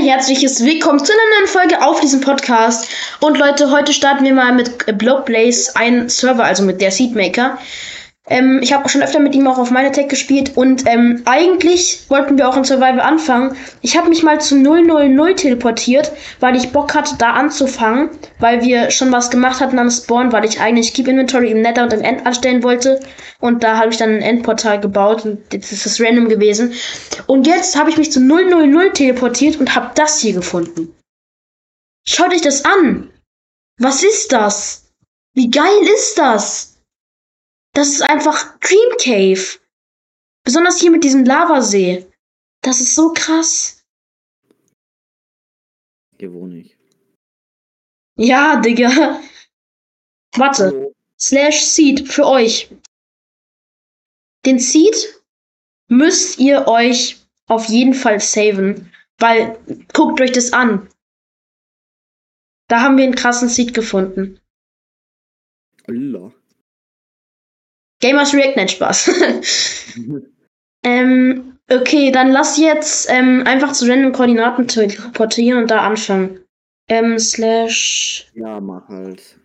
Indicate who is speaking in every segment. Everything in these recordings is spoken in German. Speaker 1: herzliches Willkommen zu einer neuen Folge auf diesem Podcast. Und Leute, heute starten wir mal mit Blockblaze, ein Server, also mit der Seedmaker. Ähm, ich habe schon öfter mit ihm auch auf meiner Tech gespielt und ähm, eigentlich wollten wir auch in Survival anfangen. Ich habe mich mal zu 000 teleportiert, weil ich Bock hatte, da anzufangen, weil wir schon was gemacht hatten am Spawn, weil ich eigentlich Keep Inventory im Nether und im End anstellen wollte. Und da habe ich dann ein Endportal gebaut und jetzt ist das random gewesen. Und jetzt habe ich mich zu 000 teleportiert und habe das hier gefunden. Schaut euch das an! Was ist das? Wie geil ist das? Das ist einfach Dream Cave. Besonders hier mit diesem Lavasee. Das ist so krass.
Speaker 2: Hier wohne ich.
Speaker 1: Ja, Digga. Warte.
Speaker 2: Hallo.
Speaker 1: Slash Seed für euch. Den Seed müsst ihr euch auf jeden Fall saven. Weil, guckt euch das an. Da haben wir einen krassen Seed gefunden.
Speaker 2: Lila.
Speaker 1: Gamers React, nein, Spaß. Ähm, okay, dann lass jetzt ähm, einfach zu random Koordinaten teleportieren und da anfangen. Ähm, slash,
Speaker 2: Ja, mach halt.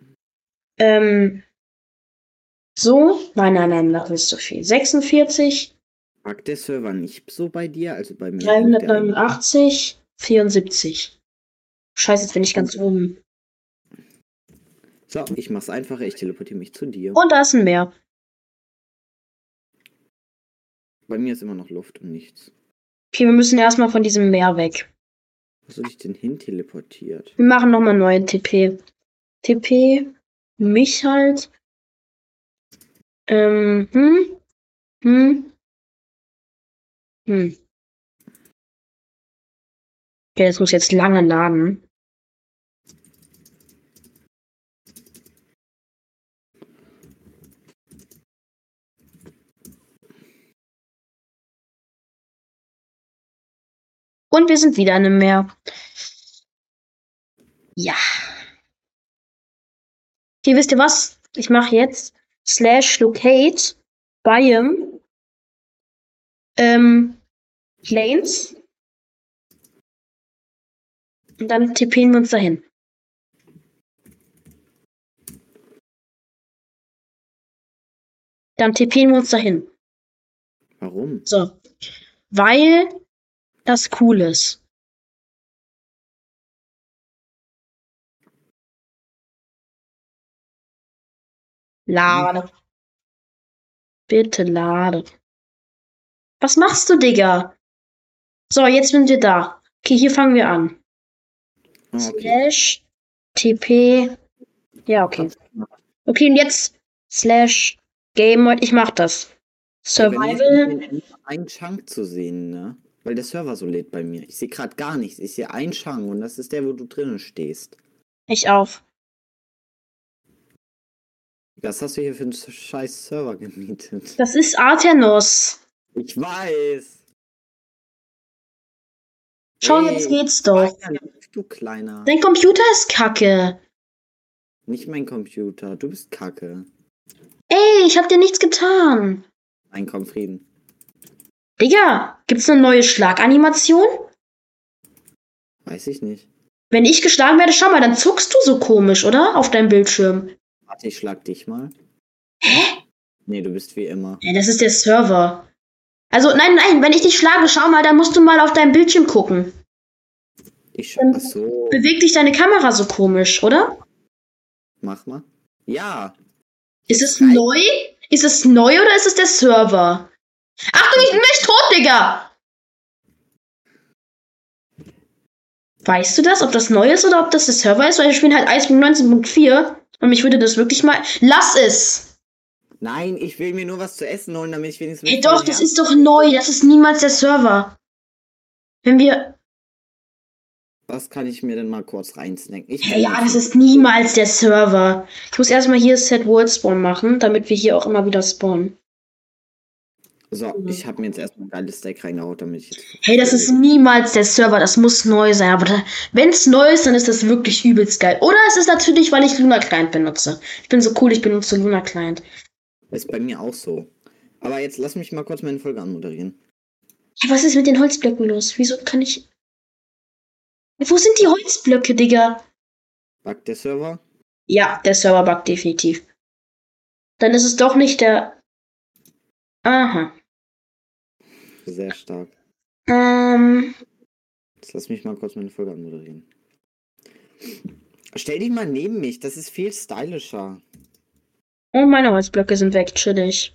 Speaker 1: ähm, so. Nein, nein, nein, das ist zu viel. 46,
Speaker 2: Mag der Server nicht so bei dir, also bei mir. liegt der eigentlich.
Speaker 1: 389, 74. Scheiße, jetzt bin ich ganz oben.
Speaker 2: So, ich mach's einfacher, ich teleportiere mich zu dir.
Speaker 1: Und da ist ein Meer.
Speaker 2: Bei mir ist immer noch Luft und nichts.
Speaker 1: Okay, wir müssen erstmal von diesem Meer weg.
Speaker 2: Wo soll ich denn hin teleportiert?
Speaker 1: Wir machen nochmal neuen TP. TP, mich halt. Ähm, hm? Hm? Hm. Okay, das muss jetzt lange laden. Und wir sind wieder in einem Meer. Ja. Okay, wisst ihr was? Ich mache jetzt slash locate biome ähm, Planes. Und dann tippen wir uns dahin. Dann tippen wir uns dahin.
Speaker 2: Warum?
Speaker 1: So. Weil das cool ist. Lade. Bitte lade. Was machst du, Digga? So, jetzt sind wir da. Okay, hier fangen wir an.
Speaker 2: Ah, okay.
Speaker 1: Slash TP. Ja, okay. Okay, und jetzt Slash Game Mode. Ich mach das. Survival.
Speaker 2: Ein Chunk zu sehen, ne? Weil der Server so lädt bei mir. Ich sehe gerade gar nichts. Ich sehe einen Chunk und das ist der, wo du drinnen stehst.
Speaker 1: Ich auf.
Speaker 2: Was hast du hier für einen scheiß Server gemietet?
Speaker 1: Das ist Artenos.
Speaker 2: Ich weiß.
Speaker 1: Schau,
Speaker 2: Ey,
Speaker 1: jetzt geht's doch.
Speaker 2: Bayern, Du kleiner.
Speaker 1: Dein Computer ist kacke.
Speaker 2: Nicht mein Computer. Du bist kacke.
Speaker 1: Ey, ich hab dir nichts getan.
Speaker 2: Ein komm, Frieden.
Speaker 1: Digga, gibt's eine neue Schlaganimation?
Speaker 2: Weiß ich nicht.
Speaker 1: Wenn ich geschlagen werde, schau mal, dann zuckst du so komisch, oder? Auf deinem Bildschirm.
Speaker 2: Warte, ich schlag dich mal. Hä? Nee, du bist wie immer.
Speaker 1: Ja, das ist der Server. Also, nein, nein, wenn ich dich schlage, schau mal, dann musst du mal auf deinem Bildschirm gucken.
Speaker 2: Ich schlag. so.
Speaker 1: Bewegt dich deine Kamera so komisch, oder?
Speaker 2: Mach mal. Ja.
Speaker 1: Ist es
Speaker 2: Nein.
Speaker 1: neu? Ist es neu oder ist es der Server? Ach du, ich bin nicht tot, Digga! Weißt du das, ob das neu ist oder ob das der Server ist? Weil wir spielen halt Eisbring 19.4 und mich würde das wirklich mal. Lass es!
Speaker 2: Nein, ich will mir nur was zu essen holen, damit ich wenigstens.
Speaker 1: Ey,
Speaker 2: mit
Speaker 1: doch,
Speaker 2: vollem
Speaker 1: das
Speaker 2: Herzen-
Speaker 1: ist doch neu. Das ist niemals der Server. Wenn wir.
Speaker 2: Was kann ich mir denn mal kurz reinsnacken? Ich
Speaker 1: Ja, das ist niemals der Server. Ich muss erstmal hier Set World Spawn machen, damit wir hier auch immer wieder spawnen.
Speaker 2: So, ich habe mir jetzt erstmal ein geiles Steak reingehaut, damit ich jetzt.
Speaker 1: Hey, das ist niemals der Server, das muss neu sein. Aber da, wenn's neu ist, dann ist das wirklich übelst geil. Oder es ist natürlich, weil ich Luna Client benutze. Ich bin so cool, ich benutze Luna Client.
Speaker 2: Ist bei mir auch so. Aber jetzt lass mich mal kurz meine Folge anmoderieren.
Speaker 1: Hey, was ist mit den Holzblöcken los? Wieso kann ich. Wo sind die Holzblöcke, Digga?
Speaker 2: Backt der Server?
Speaker 1: Ja, der Server buggt definitiv. Dann ist es doch nicht der. Aha.
Speaker 2: Sehr stark.
Speaker 1: Ähm.
Speaker 2: Jetzt lass mich mal kurz meine Folge anmoderieren. Stell dich mal neben mich, das ist viel stylischer.
Speaker 1: Oh, meine Holzblöcke sind weg, chillig.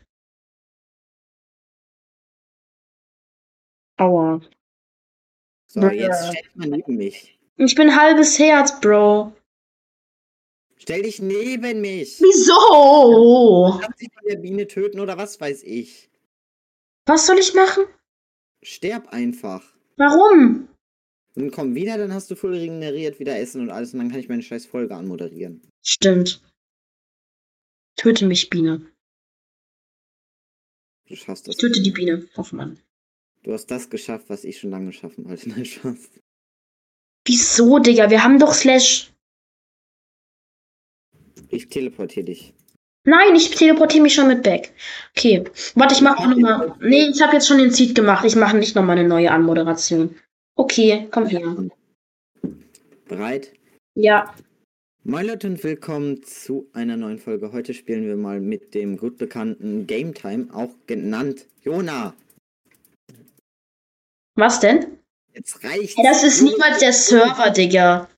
Speaker 1: Aua.
Speaker 2: So,
Speaker 1: Ja.
Speaker 2: jetzt stell dich mal neben mich.
Speaker 1: Ich bin halbes Herz, Bro.
Speaker 2: Stell dich neben mich!
Speaker 1: Wieso?
Speaker 2: Lass dich von der Biene töten oder was weiß ich.
Speaker 1: Was soll ich machen?
Speaker 2: Sterb einfach.
Speaker 1: Warum?
Speaker 2: Dann komm wieder, dann hast du voll regeneriert, wieder Essen und alles und dann kann ich meine scheiß Folge anmoderieren.
Speaker 1: Stimmt. Töte mich, Biene.
Speaker 2: Du schaffst
Speaker 1: Ich
Speaker 2: das.
Speaker 1: töte die Biene. Oh Mann.
Speaker 2: Du hast das geschafft, was ich schon lange schaffen wollte. Nein, Spaß.
Speaker 1: Wieso, Digga? Wir haben doch Slash.
Speaker 2: Ich teleportiere dich.
Speaker 1: Nein, ich teleportiere mich schon mit Back. Okay. Warte, ich mache auch nochmal. Nee, ich habe jetzt schon den Seed gemacht. Ich mache nicht nochmal eine neue Anmoderation. Okay, komm her.
Speaker 2: Bereit?
Speaker 1: Ja.
Speaker 2: Moin Leute und willkommen zu einer neuen Folge. Heute spielen wir mal mit dem gut bekannten Game Time, auch genannt Jona.
Speaker 1: Was denn?
Speaker 2: Jetzt reicht's.
Speaker 1: Hey, das ist niemals der Server, Digga.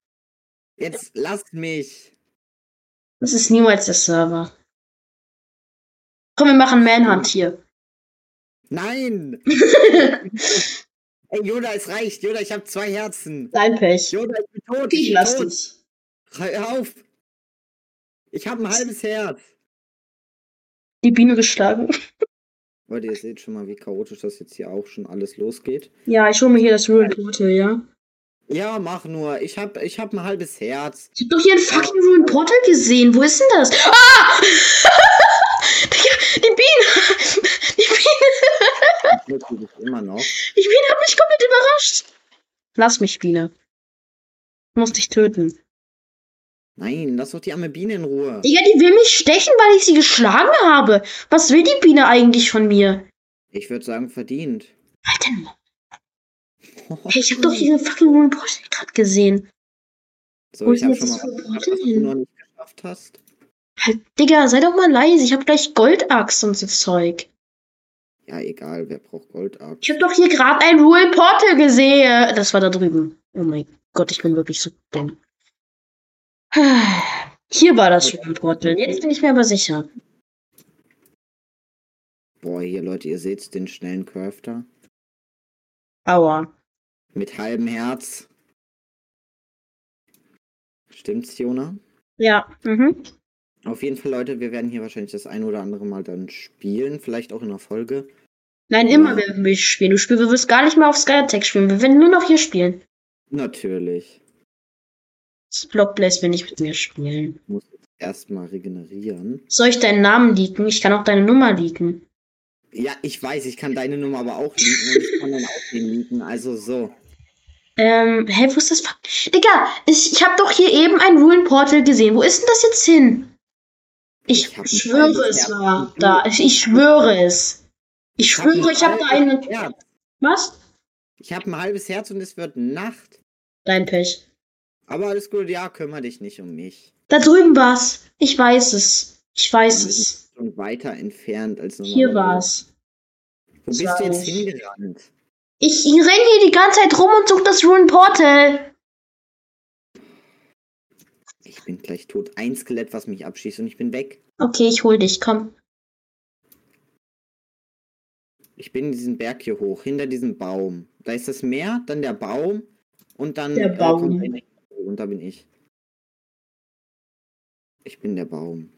Speaker 2: Jetzt lasst mich.
Speaker 1: Das ist niemals der Server. Komm, wir machen Manhunt hier.
Speaker 2: Nein! Ey, Jona, es reicht. Jona, ich habe zwei Herzen.
Speaker 1: Dein Pech.
Speaker 2: Jona, ich bin tot.
Speaker 1: Okay, ich
Speaker 2: bin
Speaker 1: lass
Speaker 2: tot.
Speaker 1: dich.
Speaker 2: Hör auf! Ich habe ein halbes Herz.
Speaker 1: Die Biene geschlagen.
Speaker 2: Leute, ihr seht schon mal, wie chaotisch das jetzt hier auch schon alles losgeht.
Speaker 1: Ja, ich hole mir hier das Ruined Portal, ja.
Speaker 2: Ja, mach nur. Ich hab, ich hab ein halbes Herz.
Speaker 1: Ich hab doch hier ein fucking Ruined Portal gesehen. Wo ist denn das? Ah! Digga, die Biene! Die Biene!
Speaker 2: Ich glück dich immer noch.
Speaker 1: Die Biene hat mich komplett überrascht. Lass mich, Biene. Ich muss dich töten.
Speaker 2: Nein, lass doch die arme Biene in Ruhe.
Speaker 1: Digga, die will mich stechen, weil ich sie geschlagen habe. Was will die Biene eigentlich von mir?
Speaker 2: Ich würde sagen, verdient.
Speaker 1: Halt dein Maul. Hey, ich hab doch diesen fucking Ruined Portal gerade gesehen.
Speaker 2: So,
Speaker 1: Wo
Speaker 2: ich
Speaker 1: ist
Speaker 2: hab
Speaker 1: jetzt
Speaker 2: schon mal
Speaker 1: das
Speaker 2: was,
Speaker 1: Verbot
Speaker 2: gemacht, was du
Speaker 1: hin?
Speaker 2: noch nicht geschafft hast.
Speaker 1: Halt, Digga, sei doch mal leise. Ich hab gleich Goldachs und so Zeug.
Speaker 2: Ja, egal, wer braucht Gold ab?
Speaker 1: Ich habe doch hier gerade ein Ruin Portal gesehen. Das war da drüben. Oh mein Gott, ich bin wirklich so dumm. Hier war das Ruin Portal. Jetzt bin ich mir aber sicher.
Speaker 2: Boah, hier, Leute, ihr seht den schnellen Curve da.
Speaker 1: Aua.
Speaker 2: Mit halbem Herz. Stimmt's, Jona?
Speaker 1: Ja. Mhm.
Speaker 2: Auf jeden Fall, Leute, wir werden hier wahrscheinlich das ein oder andere Mal dann spielen, vielleicht auch in der Folge.
Speaker 1: Nein, immer werden wir spielen. Du spielst, wir wirst gar nicht mehr auf Skytech spielen. Wir werden nur noch hier spielen.
Speaker 2: Natürlich.
Speaker 1: Das Blockblaze will nicht mit mir spielen.
Speaker 2: Muss jetzt erstmal regenerieren.
Speaker 1: Soll ich deinen Namen leaken? Ich kann auch deine Nummer leaken.
Speaker 2: Ja, ich weiß, ich kann deine Nummer aber auch liegen und ich kann dann auch den liegen. Also so.
Speaker 1: Ähm, hä, wo ist das? Fuck? Digga, ich, ich habe doch hier eben ein Ruin Portal gesehen. Wo ist denn das jetzt hin? Ich,
Speaker 2: Ich hab ein
Speaker 1: schwöre,
Speaker 2: kleines
Speaker 1: es
Speaker 2: Herz.
Speaker 1: war da. Ich, ich schwöre es. Ich
Speaker 2: hab
Speaker 1: schwöre,
Speaker 2: ein
Speaker 1: ich habe da eine.
Speaker 2: halbes Herz.
Speaker 1: Was?
Speaker 2: Ich habe ein halbes Herz und es wird Nacht.
Speaker 1: Dein Pech.
Speaker 2: Aber alles gut, ja, kümmere dich nicht um mich.
Speaker 1: Da drüben war's. Ich weiß es. Ich weiß
Speaker 2: Wir sind
Speaker 1: es.
Speaker 2: schon weiter entfernt als normal.
Speaker 1: Hier war's.
Speaker 2: Wo bist
Speaker 1: Sag
Speaker 2: du jetzt
Speaker 1: ich.
Speaker 2: hingerannt?
Speaker 1: Ich renn hier die ganze Zeit rum und suche das Ruin Portal.
Speaker 2: Ich bin gleich tot. Ein Skelett, was mich abschießt und ich bin weg.
Speaker 1: Okay, ich hol dich. Komm.
Speaker 2: Ich bin diesen Berg hier hoch, hinter diesem Baum. Da ist das Meer, dann der Baum und dann äh,
Speaker 1: Der Baum.
Speaker 2: kommt ein und da bin ich. Ich bin der Baum.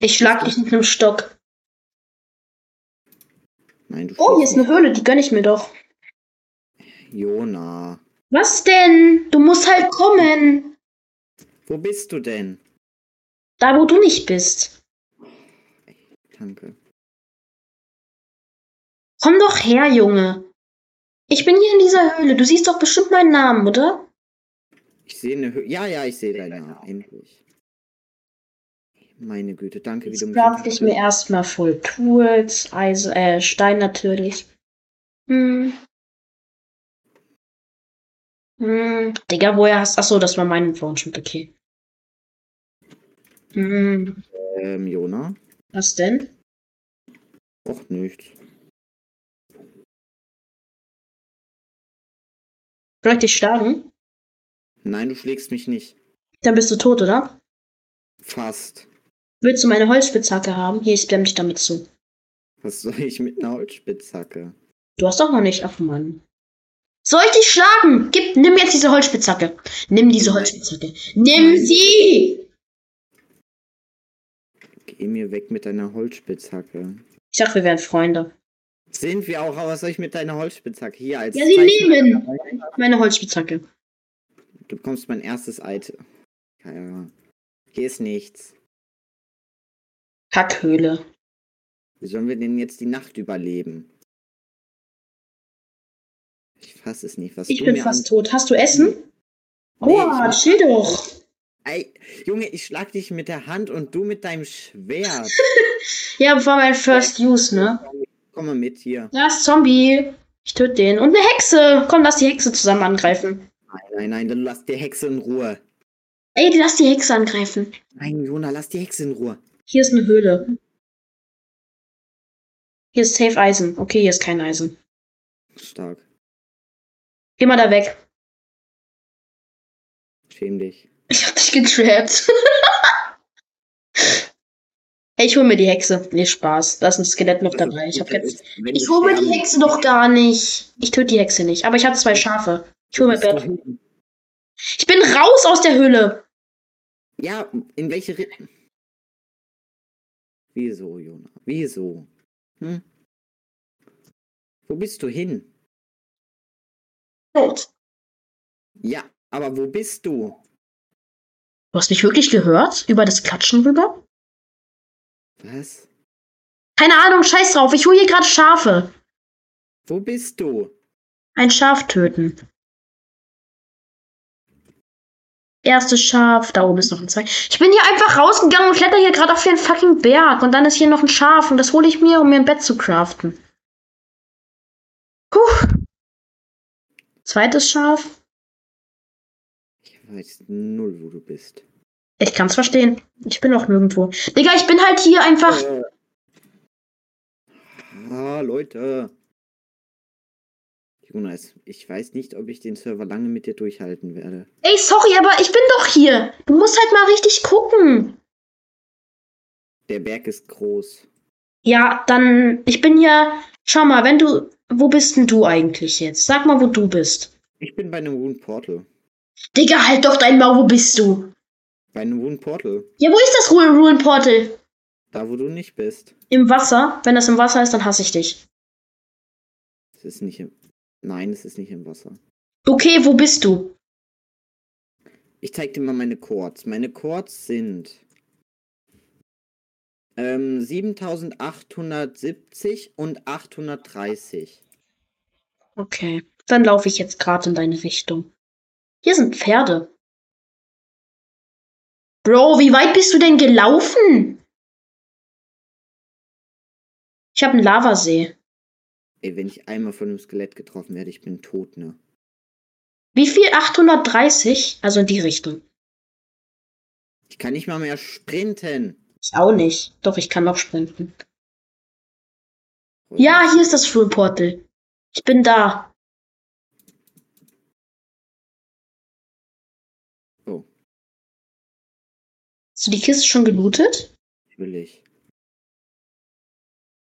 Speaker 1: Ich schlag dich mit einem Stock.
Speaker 2: Nein, du
Speaker 1: Oh, hier ist
Speaker 2: schießt
Speaker 1: eine Höhle. Die gönn ich mir doch.
Speaker 2: mich. Jona.
Speaker 1: Was denn? Du musst halt kommen.
Speaker 2: Wo bist du denn?
Speaker 1: Da, wo du nicht bist.
Speaker 2: Danke.
Speaker 1: Komm doch her, Junge. Ich bin hier in dieser Höhle. Du siehst doch bestimmt meinen Namen, oder?
Speaker 2: Ich sehe eine Höhe. Ja, ja, ich sehe deinen Namen. Endlich. Meine Güte, danke, wie du
Speaker 1: Jetzt
Speaker 2: mich
Speaker 1: crafte ich mir
Speaker 2: unterstützt.
Speaker 1: erstmal voll Tools, Eis, äh, Stein natürlich. Hm. Hm, Digga, woher hast. Achso, das war mein Launchpad, okay. Hm,
Speaker 2: Ähm, Jona?
Speaker 1: was denn?
Speaker 2: Och, nichts.
Speaker 1: Soll ich dich schlagen?
Speaker 2: Nein, du schlägst mich nicht.
Speaker 1: Dann bist du tot, oder?
Speaker 2: Fast.
Speaker 1: Willst du meine Holzspitzhacke haben? Hier, ich spam dich damit zu.
Speaker 2: Was soll ich mit einer Holzspitzhacke?
Speaker 1: Du hast doch noch nicht. Ach, Mann. Soll ich dich schlagen? Gib, nimm jetzt diese Holzspitzhacke. Nimm diese
Speaker 2: Nein.
Speaker 1: Holzspitzhacke. Nimm
Speaker 2: Nein.
Speaker 1: sie!
Speaker 2: Geh mir weg mit deiner Holzspitzhacke.
Speaker 1: Ich dachte, wir wären Freunde.
Speaker 2: Sind wir auch, aber was soll ich mit deiner Holzspitzhacke? Hier, als
Speaker 1: Ja, sie
Speaker 2: Zeichen-
Speaker 1: nehmen meine Holzspitzhacke.
Speaker 2: Du bekommst mein erstes Item. Keine Ahnung. Hier ist nichts.
Speaker 1: Kackhöhle.
Speaker 2: Wie sollen wir denn jetzt die Nacht überleben? Ich fass es nicht, was
Speaker 1: Ich
Speaker 2: du
Speaker 1: bin
Speaker 2: mir
Speaker 1: fast
Speaker 2: an-
Speaker 1: tot. Hast du Essen?
Speaker 2: Nee, ich
Speaker 1: Boah,
Speaker 2: mach-
Speaker 1: chill doch.
Speaker 2: Ey, Junge, ich schlag dich mit der Hand und du mit deinem Schwert.
Speaker 1: Ja, das war mein First Use, ne?
Speaker 2: Komm mal mit hier.
Speaker 1: Da ist Zombie. Ich töte den. Und eine Hexe. Komm, lass die Hexe zusammen angreifen.
Speaker 2: Nein, nein, nein, dann lass die Hexe in Ruhe.
Speaker 1: Ey, die- lass die Hexe angreifen.
Speaker 2: Nein, Jona, lass die Hexe in Ruhe.
Speaker 1: Hier ist eine Höhle. Hier ist Safe Eisen. Okay, hier ist kein Eisen.
Speaker 2: Stark.
Speaker 1: Geh mal da weg.
Speaker 2: Schäm dich.
Speaker 1: Ich hab dich getrappt. Ey, ich hol mir die Hexe. Nee, Spaß. Da ist ein Skelett noch dabei. Ich hab jetzt Ich hole mir die Hexe doch gar nicht. Ich töte die Hexe nicht, aber ich habe zwei Schafe. Ich hole mir Bett.
Speaker 2: Bett.
Speaker 1: Ich bin raus aus der Höhle.
Speaker 2: Ja, in welche Richtung? Wieso, Jona? Wieso? Hm? Wo bist du hin?
Speaker 1: Tot.
Speaker 2: Ja, aber wo bist du?
Speaker 1: Du hast mich wirklich gehört? Über das Klatschen rüber?
Speaker 2: Was?
Speaker 1: Keine Ahnung, scheiß drauf. Ich hole hier gerade Schafe.
Speaker 2: Wo bist du?
Speaker 1: Ein Schaf töten. Erstes Schaf. Da oben ist noch ein Zweig. Ich bin hier einfach rausgegangen und kletter hier gerade auf den fucking Berg. Und dann ist hier noch ein Schaf. Und das hole ich mir, um mir ein Bett zu craften. Puh. Zweites Schaf.
Speaker 2: Ich weiß null, wo du bist.
Speaker 1: Ich kann's verstehen. Ich bin auch nirgendwo. Digga, ich bin halt hier einfach.
Speaker 2: Äh. Ah, Leute. Jonas, ich weiß nicht, ob ich den Server lange mit dir durchhalten werde.
Speaker 1: Ey, sorry, aber ich bin doch hier. Du musst halt mal richtig gucken.
Speaker 2: Der Berg ist groß.
Speaker 1: Ja, dann. Ich bin hier. Schau mal, wenn du. Wo bist denn du eigentlich jetzt? Sag mal, wo du bist.
Speaker 2: Ich bin bei einem Rune Portal.
Speaker 1: Digga, halt doch dein Maul, wo bist du?
Speaker 2: Bei einem Rune Portal.
Speaker 1: Ja, wo ist das Ruin Ruin Portal?
Speaker 2: Da, wo du nicht bist.
Speaker 1: Im Wasser. Wenn das im Wasser ist, dann hasse ich dich.
Speaker 2: Es ist nicht im. Nein, es ist nicht im Wasser.
Speaker 1: Okay, wo bist du?
Speaker 2: Ich zeig dir mal meine Chords. Meine Chords sind. Ähm, 7870 und 830.
Speaker 1: Okay. Dann laufe ich jetzt gerade in deine Richtung. Hier sind Pferde. Bro, wie weit bist du denn gelaufen? Ich habe einen Lavasee.
Speaker 2: Ey, wenn ich einmal von einem Skelett getroffen werde, ich bin tot, ne?
Speaker 1: Wie viel? 830? Also in die Richtung.
Speaker 2: Ich kann nicht mal mehr sprinten.
Speaker 1: Ich auch nicht. Doch, ich kann noch sprinten. Ja, hier ist das Schulportal. Ich bin da.
Speaker 2: Oh.
Speaker 1: Hast du die Kiste schon gelootet?
Speaker 2: Will ich.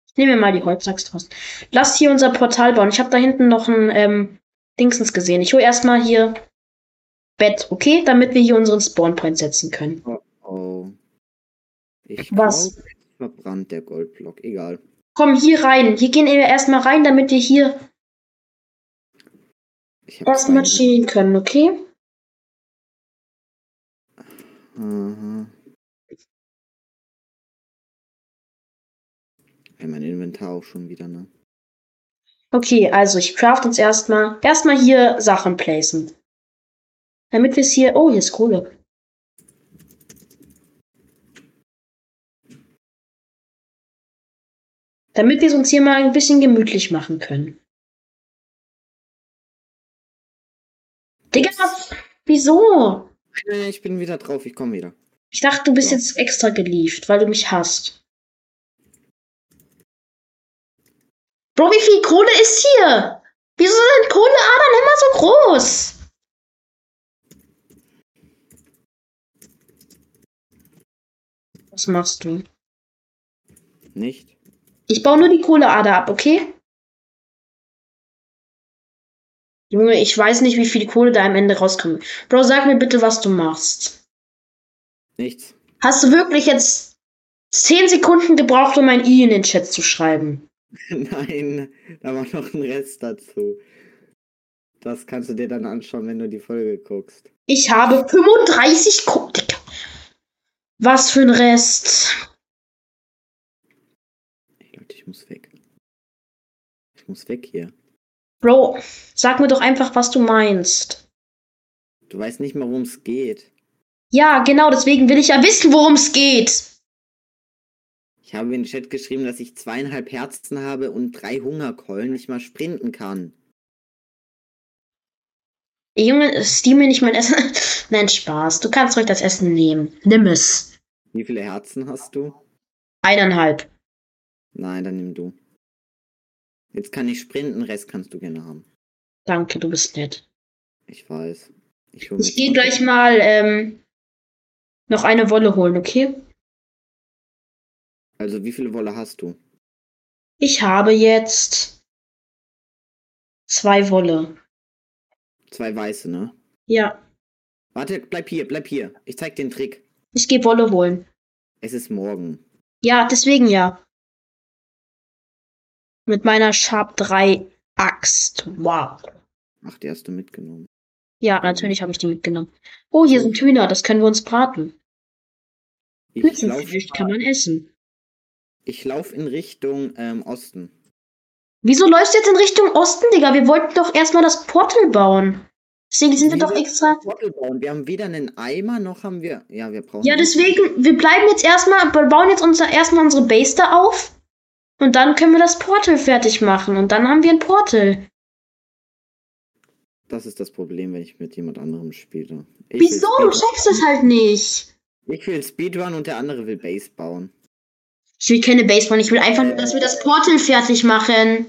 Speaker 1: Ich nehme mir mal die Holzachs raus. Lass hier unser Portal bauen. Ich habe da hinten noch ein ähm, Dingsens gesehen. Ich hole erstmal hier Bett, okay? Damit wir hier unseren Spawnpoint setzen können.
Speaker 2: Oh. Ich
Speaker 1: Was?
Speaker 2: glaub, jetzt verbrannt der Goldblock. Egal.
Speaker 1: Komm, hier rein. Hier gehen wir erstmal rein, damit wir hier
Speaker 2: Ich hab
Speaker 1: erstmal
Speaker 2: zwei-
Speaker 1: chillen können, okay?
Speaker 2: Aha. Ey, mein Inventar auch schon wieder, ne?
Speaker 1: Okay, also ich craft uns erstmal. Erstmal hier Sachen placen. Damit wir es hier. Oh, hier ist Kohle. Damit wir es uns hier mal ein bisschen gemütlich machen können. Wieso?
Speaker 2: Nee, Ich bin wieder drauf, ich komme wieder.
Speaker 1: Ich dachte, du bist
Speaker 2: Ja.
Speaker 1: jetzt extra gelieft, weil du mich hasst. Bro, wie viel Kohle ist hier? Wieso sind Kohleadern immer so groß? Was machst du?
Speaker 2: Nicht?
Speaker 1: Ich baue nur die Kohleader ab, okay? Junge, ich weiß nicht, wie viel Kohle da am Ende rauskommt. Bro, sag mir bitte, was du machst.
Speaker 2: Nichts.
Speaker 1: Hast du wirklich jetzt 10 Sekunden gebraucht, um ein I in den Chat zu schreiben?
Speaker 2: Nein, da war noch ein Rest dazu. Das kannst du dir dann anschauen, wenn du die Folge guckst.
Speaker 1: Ich habe 35 Ko Digga. Was für ein Rest.
Speaker 2: Ey, Leute, ich muss weg. Ich muss weg hier.
Speaker 1: Bro, sag mir doch einfach, was du meinst.
Speaker 2: Du weißt nicht mal, worum es geht.
Speaker 1: Ja, genau, deswegen will ich ja wissen, worum es geht.
Speaker 2: Ich habe in den Chat geschrieben, dass ich zweieinhalb Herzen habe und drei Hungerkeulen nicht mal sprinten kann.
Speaker 1: Ey, Junge, steam mir nicht mein Essen. Nein, Spaß. Du kannst ruhig das Essen nehmen. Nimm es.
Speaker 2: Wie viele Herzen hast du?
Speaker 1: Eineinhalb.
Speaker 2: Nein, dann nimm du. Jetzt kann ich sprinten, Rest kannst du gerne haben.
Speaker 1: Danke, du bist nett.
Speaker 2: Ich weiß. hol mir
Speaker 1: Ich gehe
Speaker 2: die-
Speaker 1: gleich mal ähm, noch eine Wolle holen, okay?
Speaker 2: Also, wie viele Wolle hast du?
Speaker 1: Ich habe jetzt zwei Wolle.
Speaker 2: Zwei weiße, ne?
Speaker 1: Ja,
Speaker 2: Warte, bleib hier, bleib hier. Ich zeig dir einen Trick.
Speaker 1: ich gehe Wolle holen.
Speaker 2: Es ist morgen.
Speaker 1: Ja, deswegen ja. Mit meiner Sharp 3 Axt. Wow.
Speaker 2: Ach, die hast du mitgenommen.
Speaker 1: Ja, natürlich habe ich die mitgenommen. Oh, hier sind Hühner, das können wir uns braten.
Speaker 2: Ich lauf,
Speaker 1: Hützenfleisch kann man essen.
Speaker 2: ich lauf in Richtung ähm, Osten.
Speaker 1: Wieso läufst du jetzt in Richtung Osten, Digga? Wir wollten doch erstmal das Portal bauen. Deswegen sind wir doch extra.
Speaker 2: Portal bauen. Wir haben weder einen Eimer, noch haben wir. Ja, wir brauchen.
Speaker 1: Ja, deswegen, wir bleiben jetzt erstmal, wir bauen jetzt unser, erstmal unsere Base da auf. Und dann können wir das Portal fertig machen. Und dann haben wir ein Portal.
Speaker 2: Das ist das Problem, wenn ich mit jemand anderem spiele. Ich will
Speaker 1: Wieso? Du
Speaker 2: Speedrun-
Speaker 1: checkst es halt nicht.
Speaker 2: Ich will Speedrun und der andere will Base bauen.
Speaker 1: Ich will keine Base bauen. Ich will einfach nur, dass wir das Portal fertig machen.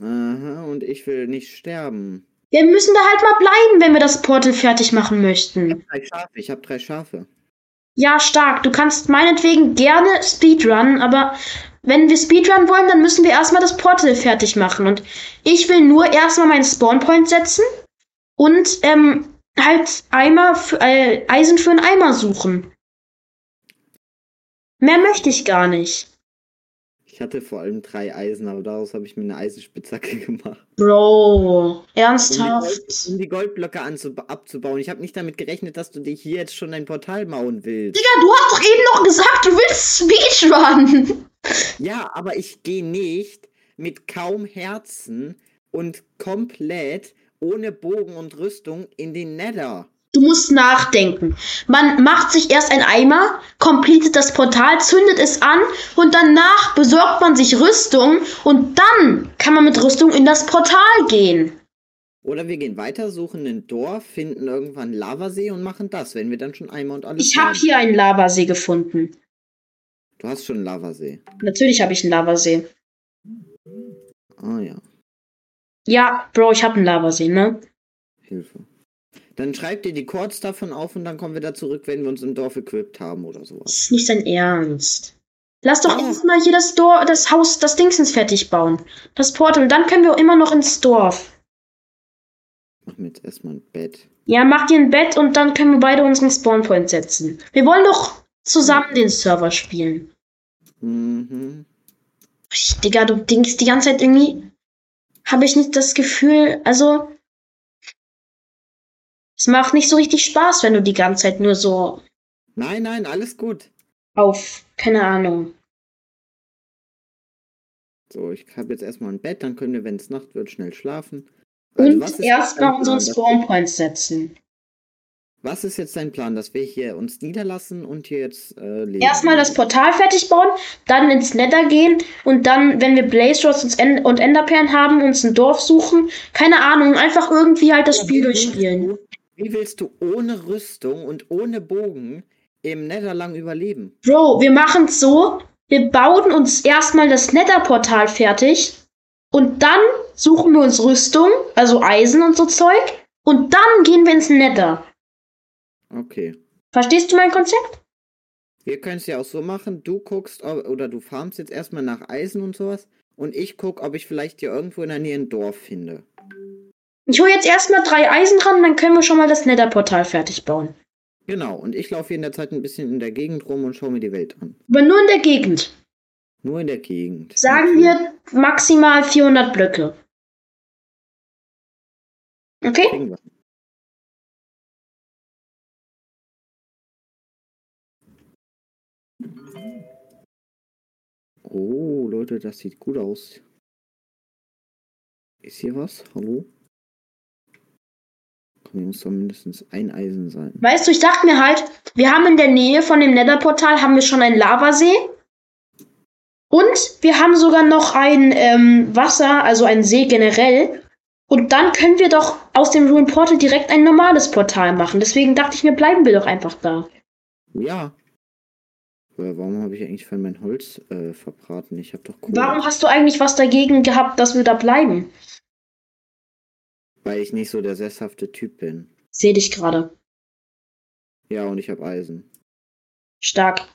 Speaker 2: Aha, und ich will nicht sterben.
Speaker 1: Wir müssen da halt mal bleiben, wenn wir das Portal fertig machen
Speaker 2: Ich
Speaker 1: möchten.
Speaker 2: hab drei Schafe. Ich hab drei Schafe.
Speaker 1: Ja, stark. Du kannst meinetwegen gerne Speedrun, aber wenn wir Speedrun wollen, dann müssen wir erstmal das Portal fertig machen. Und ich will nur erstmal meinen Spawnpoint setzen und ähm, halt Eimer für, äh, Eisen für einen Eimer suchen. Mehr möchte ich gar nicht.
Speaker 2: Ich hatte vor allem drei Eisen, aber daraus habe ich mir eine Eisenspitzhacke gemacht.
Speaker 1: Bro, ernsthaft.
Speaker 2: Um die Goldblöcke anzub- abzubauen. Ich habe nicht damit gerechnet, dass du dir hier jetzt schon ein Portal bauen willst.
Speaker 1: Digga, du hast doch eben noch gesagt, du willst Speedrun.
Speaker 2: Ja, aber ich gehe nicht mit kaum Herzen und komplett ohne Bogen und Rüstung in den Nether.
Speaker 1: Du musst nachdenken. Man macht sich erst ein Eimer, completet das Portal, zündet es an und danach besorgt man sich Rüstung und dann kann man mit Rüstung in das Portal gehen.
Speaker 2: Oder wir gehen weiter, suchen ein Dorf, finden irgendwann Lavasee und machen das, wenn wir dann schon Eimer und alles
Speaker 1: Ich habe
Speaker 2: haben.
Speaker 1: hier einen Lavasee gefunden.
Speaker 2: Du hast schon einen Lavasee.
Speaker 1: Natürlich habe ich einen Lavasee.
Speaker 2: Ah ja,
Speaker 1: Ja, Bro, ich habe einen Lavasee, ne?
Speaker 2: Hilfe. Dann schreib dir die Chords davon auf und dann kommen wir da zurück, wenn wir uns im Dorf equipped haben oder sowas.
Speaker 1: Das ist nicht sein Ernst. Lass doch
Speaker 2: Ja.
Speaker 1: erstmal hier das, Dor das Haus, das Dingsens fertig bauen. Das Portal, dann können wir immer noch ins Dorf.
Speaker 2: Mach mir jetzt erstmal ein Bett.
Speaker 1: Ja, mach dir ein Bett und dann können wir beide unseren Spawnpoint setzen. Wir wollen doch zusammen den Server spielen.
Speaker 2: Mhm.
Speaker 1: Ich, Digga, du denkst die ganze Zeit irgendwie. Habe ich nicht das Gefühl, also. Es macht nicht so richtig Spaß, wenn du die ganze Zeit nur so
Speaker 2: Nein, nein, alles gut.
Speaker 1: auf, keine Ahnung.
Speaker 2: So, ich habe jetzt erstmal ein Bett, dann können wir, wenn es Nacht wird, schnell schlafen. Also
Speaker 1: Und
Speaker 2: was ist-
Speaker 1: erstmal unseren
Speaker 2: Das-
Speaker 1: Spawnpoint setzen.
Speaker 2: Was ist jetzt dein Plan, dass wir hier uns niederlassen und hier jetzt äh, leben?
Speaker 1: Erstmal das Portal fertig bauen, dann ins Nether gehen und dann, wenn wir Blaze Rods und, en und Enderperlen haben, uns ein Dorf suchen. Keine Ahnung, einfach irgendwie halt das Spiel durchspielen.
Speaker 2: Wie willst du ohne Rüstung und ohne Bogen im Nether lang überleben?
Speaker 1: Bro, wir machen's so, wir bauen uns erstmal das Nether-Portal fertig und dann suchen wir uns Rüstung, also Eisen und so Zeug und dann gehen wir ins Nether.
Speaker 2: Okay.
Speaker 1: Verstehst du mein Konzept?
Speaker 2: Wir können es ja auch so machen, du guckst ob, oder du farmst jetzt erstmal nach Eisen und sowas und ich guck, ob ich vielleicht hier irgendwo in der Nähe ein Dorf finde.
Speaker 1: Ich hole jetzt erstmal drei Eisen ran, dann können wir schon mal das Nether-Portal fertig bauen.
Speaker 2: Genau, und ich laufe hier in der Zeit ein bisschen in der Gegend rum und schaue mir die Welt an.
Speaker 1: Aber nur in der Gegend.
Speaker 2: Nur in der Gegend.
Speaker 1: Sagen wir maximal 400 Blöcke. Okay?
Speaker 2: Kriegen wir. Oh, Leute, das sieht gut aus. Ist hier was? Hallo? Komm, hier muss doch mindestens ein Eisen sein.
Speaker 1: Weißt du, ich dachte mir halt, wir haben in der Nähe von dem Nether-Portal haben wir schon einen Lavasee. Und wir haben sogar noch ein ähm, Wasser, also einen See generell. Und dann können wir doch aus dem Ruin Portal direkt ein normales Portal machen. Deswegen dachte ich mir, bleiben wir doch einfach da.
Speaker 2: Ja. Äh, Warum habe ich eigentlich vorhin mein Holz äh, verbraten? Ich habe doch Kohle.
Speaker 1: Warum hast du eigentlich was dagegen gehabt, dass wir da bleiben?
Speaker 2: Weil ich nicht so der sesshafte Typ bin.
Speaker 1: Seh dich gerade.
Speaker 2: Ja, und ich habe Eisen.
Speaker 1: Stark.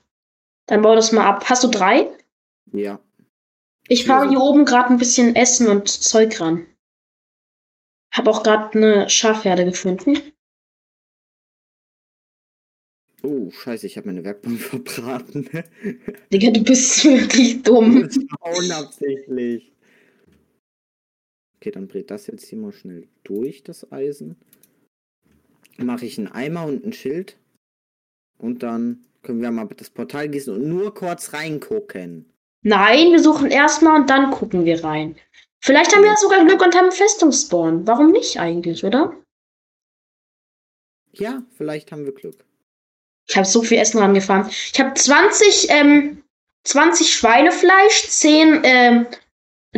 Speaker 1: Dann bau das mal ab. Hast du drei?
Speaker 2: Ja.
Speaker 1: Ich fahre hier oben gerade ein bisschen Essen und Zeug ran. Hab auch gerade eine Schafherde gefunden.
Speaker 2: Oh, scheiße, ich habe meine Werkbank verbraten.
Speaker 1: Digga, du bist wirklich dumm.
Speaker 2: Unabsichtlich. Okay, dann brät das jetzt hier mal schnell durch, das Eisen. Mache ich einen Eimer und ein Schild. Und dann können wir mal das Portal gießen und nur kurz reingucken.
Speaker 1: Nein, wir suchen erstmal und dann gucken wir rein. Vielleicht haben wir ja sogar Glück und haben einen Festungsspawn. Warum nicht eigentlich, oder?
Speaker 2: Ja, vielleicht haben wir Glück.
Speaker 1: Ich habe so viel Essen rangefahren. Ich habe 20, ähm, 20 Schweinefleisch, 10, ähm,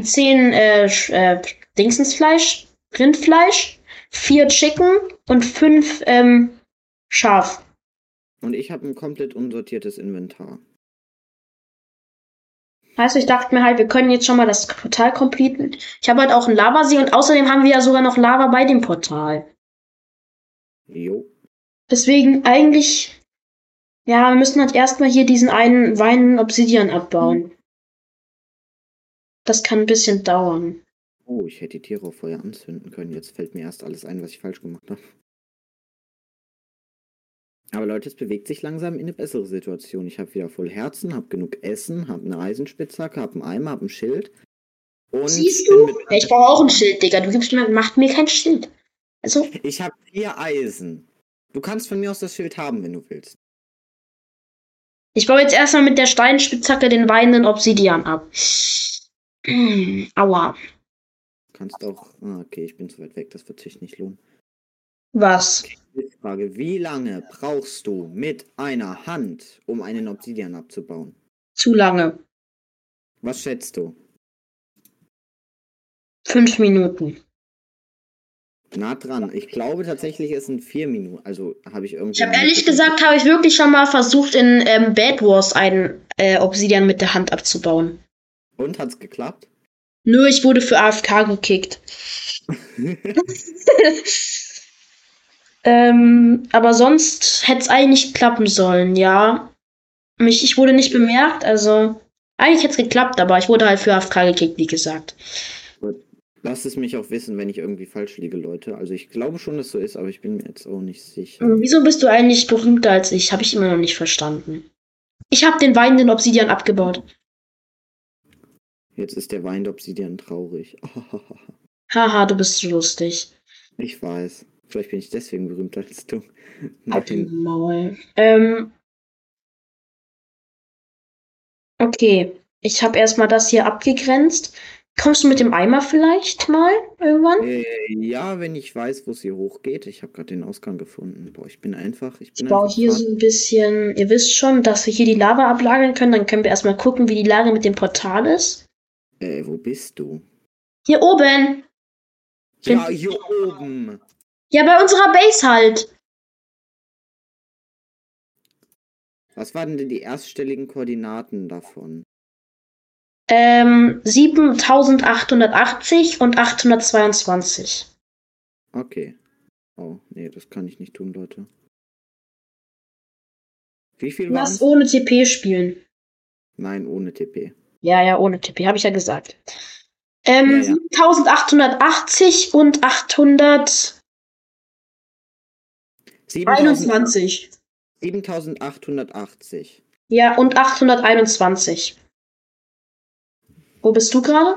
Speaker 1: 10 äh, Sch- äh, Dingsensfleisch, Rindfleisch, 4 Chicken und 5 ähm, Schaf.
Speaker 2: Und ich habe ein komplett unsortiertes Inventar.
Speaker 1: Also ich dachte mir halt, wir können jetzt schon mal das Portal completen. Ich habe halt auch einen Lavasee und außerdem haben wir ja sogar noch Lava bei dem Portal.
Speaker 2: Jo.
Speaker 1: Deswegen eigentlich, ja, wir müssen halt erstmal hier diesen einen weinen Obsidian abbauen.
Speaker 2: Mhm.
Speaker 1: Das kann ein bisschen dauern.
Speaker 2: Oh, ich hätte die Tiere auf Feuer anzünden können. Jetzt fällt mir erst alles ein, was ich falsch gemacht habe. Aber Leute, es bewegt sich langsam in eine bessere Situation. Ich habe wieder voll Herzen, habe genug Essen, habe eine Eisenspitzhacke, habe einen Eimer, habe ein Schild. Und
Speaker 1: Siehst
Speaker 2: bin
Speaker 1: du?
Speaker 2: mit-
Speaker 1: Ja, ich brauche auch ein Schild, Digga. Du gibst mir, macht mir kein Schild. Also,
Speaker 2: Ich habe vier Eisen. Du kannst von mir aus das Schild haben, wenn du willst.
Speaker 1: ich baue jetzt erstmal mit der Steinspitzhacke den weinenden Obsidian ab. Mm, Aua.
Speaker 2: Kannst auch. Ah, okay, ich bin zu weit weg, das wird sich nicht lohnen.
Speaker 1: Was?
Speaker 2: Die Frage: Wie lange brauchst du mit einer Hand, um einen Obsidian abzubauen?
Speaker 1: Zu lange.
Speaker 2: Was schätzt du?
Speaker 1: Fünf Minuten.
Speaker 2: Nah dran. Ich glaube tatsächlich, es sind vier Minuten. Also habe ich irgendwie.
Speaker 1: Ich habe ehrlich gesagt, habe ich wirklich schon mal versucht, in ähm, Bad Wars einen äh, Obsidian mit der Hand abzubauen.
Speaker 2: Und hat's geklappt?
Speaker 1: Nö, ich wurde für AFK gekickt. ähm, aber sonst hätte es eigentlich klappen sollen, ja. Mich, ich wurde nicht bemerkt, also eigentlich hätte es geklappt, aber ich wurde halt für AFK gekickt, wie gesagt.
Speaker 2: Lasst es mich auch wissen, wenn ich irgendwie falsch liege, Leute. Also ich glaube schon, dass so ist, aber ich bin mir jetzt auch nicht sicher.
Speaker 1: Und wieso bist du eigentlich berühmter als ich? Habe ich immer noch nicht verstanden. Ich habe den weinenden Obsidian abgebaut.
Speaker 2: Jetzt ist der weinende Obsidian traurig.
Speaker 1: Haha, du bist so lustig.
Speaker 2: ich weiß. Vielleicht bin ich deswegen berühmter als du.
Speaker 1: Halt
Speaker 2: Nein.
Speaker 1: den Maul. Ähm. Okay, ich habe erstmal das hier abgegrenzt. Kommst du mit dem Eimer vielleicht mal irgendwann?
Speaker 2: Äh, ja, wenn ich weiß, wo es hier hochgeht. Ich habe gerade den Ausgang gefunden. Boah, ich bin einfach. Ich
Speaker 1: Ich
Speaker 2: bin
Speaker 1: baue
Speaker 2: einfach
Speaker 1: hier
Speaker 2: faul.
Speaker 1: so ein bisschen, ihr wisst schon, dass wir hier die Lava ablagern können. Dann können wir erstmal gucken, wie die Lage mit dem Portal ist.
Speaker 2: Äh, wo bist du?
Speaker 1: Hier oben. Bin-
Speaker 2: Ja, hier oben.
Speaker 1: Ja, bei unserer Base halt.
Speaker 2: Was waren denn die erststelligen Koordinaten davon?
Speaker 1: Ähm, 7880 und 822.
Speaker 2: Okay. Oh, nee, das kann ich nicht tun, Leute. Wie viel
Speaker 1: Lass
Speaker 2: waren
Speaker 1: ohne TP spielen.
Speaker 2: Nein, ohne TP.
Speaker 1: Ja, ja, ohne TP, habe ich ja gesagt. Ähm,
Speaker 2: Ja, ja.
Speaker 1: 7880 und 821.
Speaker 2: 7880.
Speaker 1: Ja, und 821. Wo bist du gerade?